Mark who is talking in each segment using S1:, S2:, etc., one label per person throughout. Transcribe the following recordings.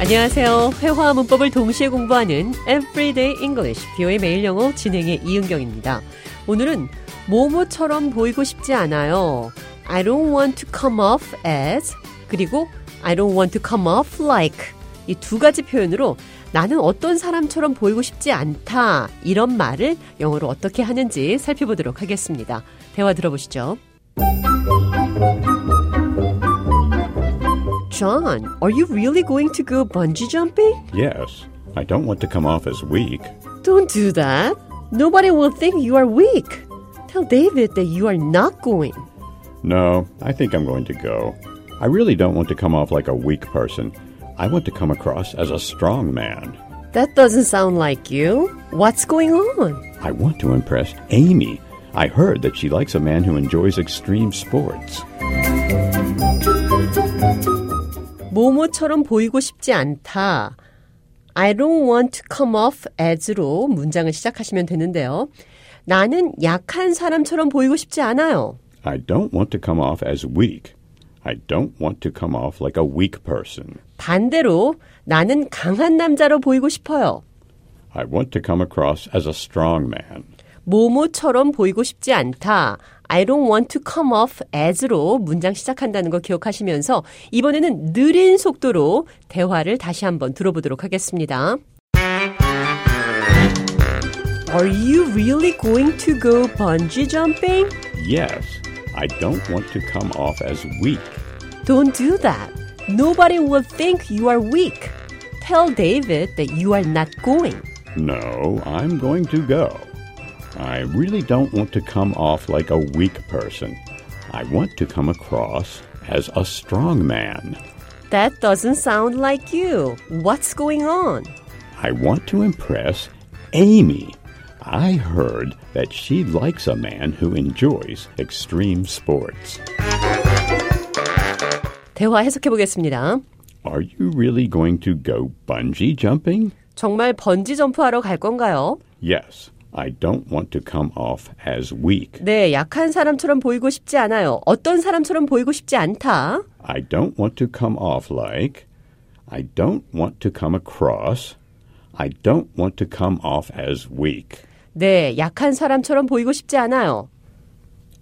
S1: 안녕하세요. 회화와 문법을 동시에 공부하는 Everyday English, 비오의 매일 영어 진행의 이은경입니다. 오늘은 모모처럼 보이고 싶지 않아요. I don't want to come off as 그리고 I don't want to come off like 이 두 가지 표현으로 나는 어떤 사람처럼 보이고 싶지 않다 이런 말을 영어로 어떻게 하는지 살펴보도록 하겠습니다. 대화 들어보시죠. John, are you really going to go bungee jumping?
S2: Yes, I don't want to come off as weak.
S1: Don't do that. Nobody will think you are weak. Tell David that you are not going.
S2: No, I think I'm going to go. I really don't want to come off like a weak person. I want to come across as a strong man.
S1: That doesn't sound like you. What's going on?
S2: I want to impress Amy. I heard that she likes a man who enjoys extreme sports.
S1: 모모처럼 보이고 싶지 않다. I don't want to come off as로 문장을 시작하시면 되는데요. 나는 약한 사람처럼 보이고 싶지 않아요.
S2: I don't want to come off as weak. I don't want to come off like a weak person.
S1: 반대로 나는 강한 남자로 보이고 싶어요.
S2: I want to come across as a strong man.
S1: 모모처럼 보이고 싶지 않다. I don't want to come off as로 문장 시작한다는 거 기억하시면서 이번에는 느린 속도로 대화를 다시 한번 들어보도록 하겠습니다. Are you really going to go bungee jumping?
S2: Yes, I don't want to come off as weak.
S1: Don't do that. Nobody will think you are weak. Tell David that you are not going.
S2: No, I'm going to go. I really don't want to come off like a weak person. I want to come across as a strong man.
S1: That doesn't sound like you. What's going on?
S2: I want to impress Amy. I heard that she likes a man who enjoys extreme sports.
S1: 대화 해석해 보겠습니다.
S2: Are you really going to go bungee jumping?
S1: 정말 번지 점프하러 갈 건가요?
S2: Yes, I don't want to come off as weak.
S1: 네, 약한 사람처럼 보이고 싶지 않아요. 어떤 사람처럼 보이고 싶지 않다.
S2: I don't want to come off like. I don't want to come across. I don't want to come off as weak.
S1: 네, 약한 사람처럼 보이고 싶지 않아요.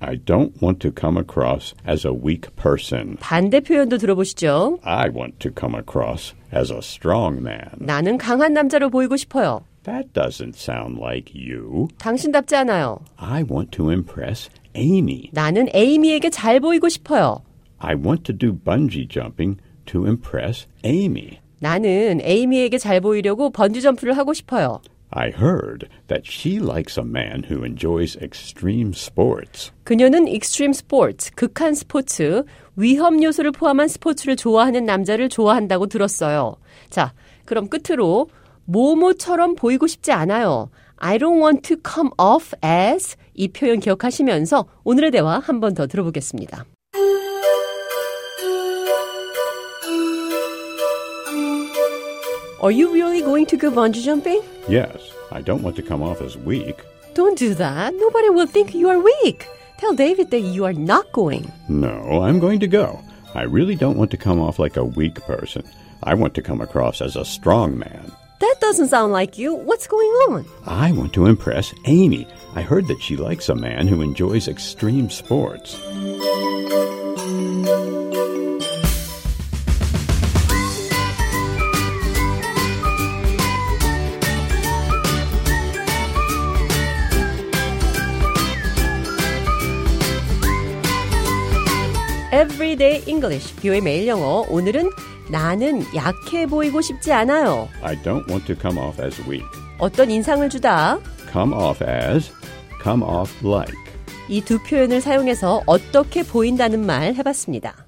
S2: I don't want to come across as a weak person.
S1: 반대 표현도 들어보시죠.
S2: I want to come across as a strong man.
S1: 나는 강한 남자로 보이고 싶어요.
S2: That doesn't sound like you.
S1: 당신답지 않아요.
S2: I want to impress Amy.
S1: 나는 에이미에게 잘 보이고 싶어요.
S2: I want to do bungee jumping to impress Amy.
S1: 나는 에이미에게 잘 보이려고 번지 점프를 하고 싶어요.
S2: I heard that she likes a man who enjoys extreme sports.
S1: 그녀는 익스트림 스포츠, 극한 스포츠, 위험 요소를 포함한 스포츠를 좋아하는 남자를 좋아한다고 들었어요. 자, 그럼 끝으로 모모처럼 보이고 싶지 않아요. I don't want to come off as 이 표현 기억하시면서 오늘의 대화 한 번 더 들어보겠습니다. Are you really going to go bungee jumping?
S2: Yes, I don't want to come off as weak.
S1: Don't do that. Nobody will think you are weak. Tell David that you are not going.
S2: No, I'm going to go. I really don't want to come off like a weak person. I want to come across as a strong man.
S1: That doesn't sound like you. What's going on?
S2: I want to impress Amy. I heard that she likes a man who enjoys extreme sports.
S1: Everyday English, 뷰의 매일 영어. 오늘은 나는 약해 보이고 싶지 않아요.
S2: I don't want to come off as weak.
S1: 어떤 인상을 주다.
S2: Come off as, come off like.
S1: 이 두 표현을 사용해서 어떻게 보인다는 말 해봤습니다.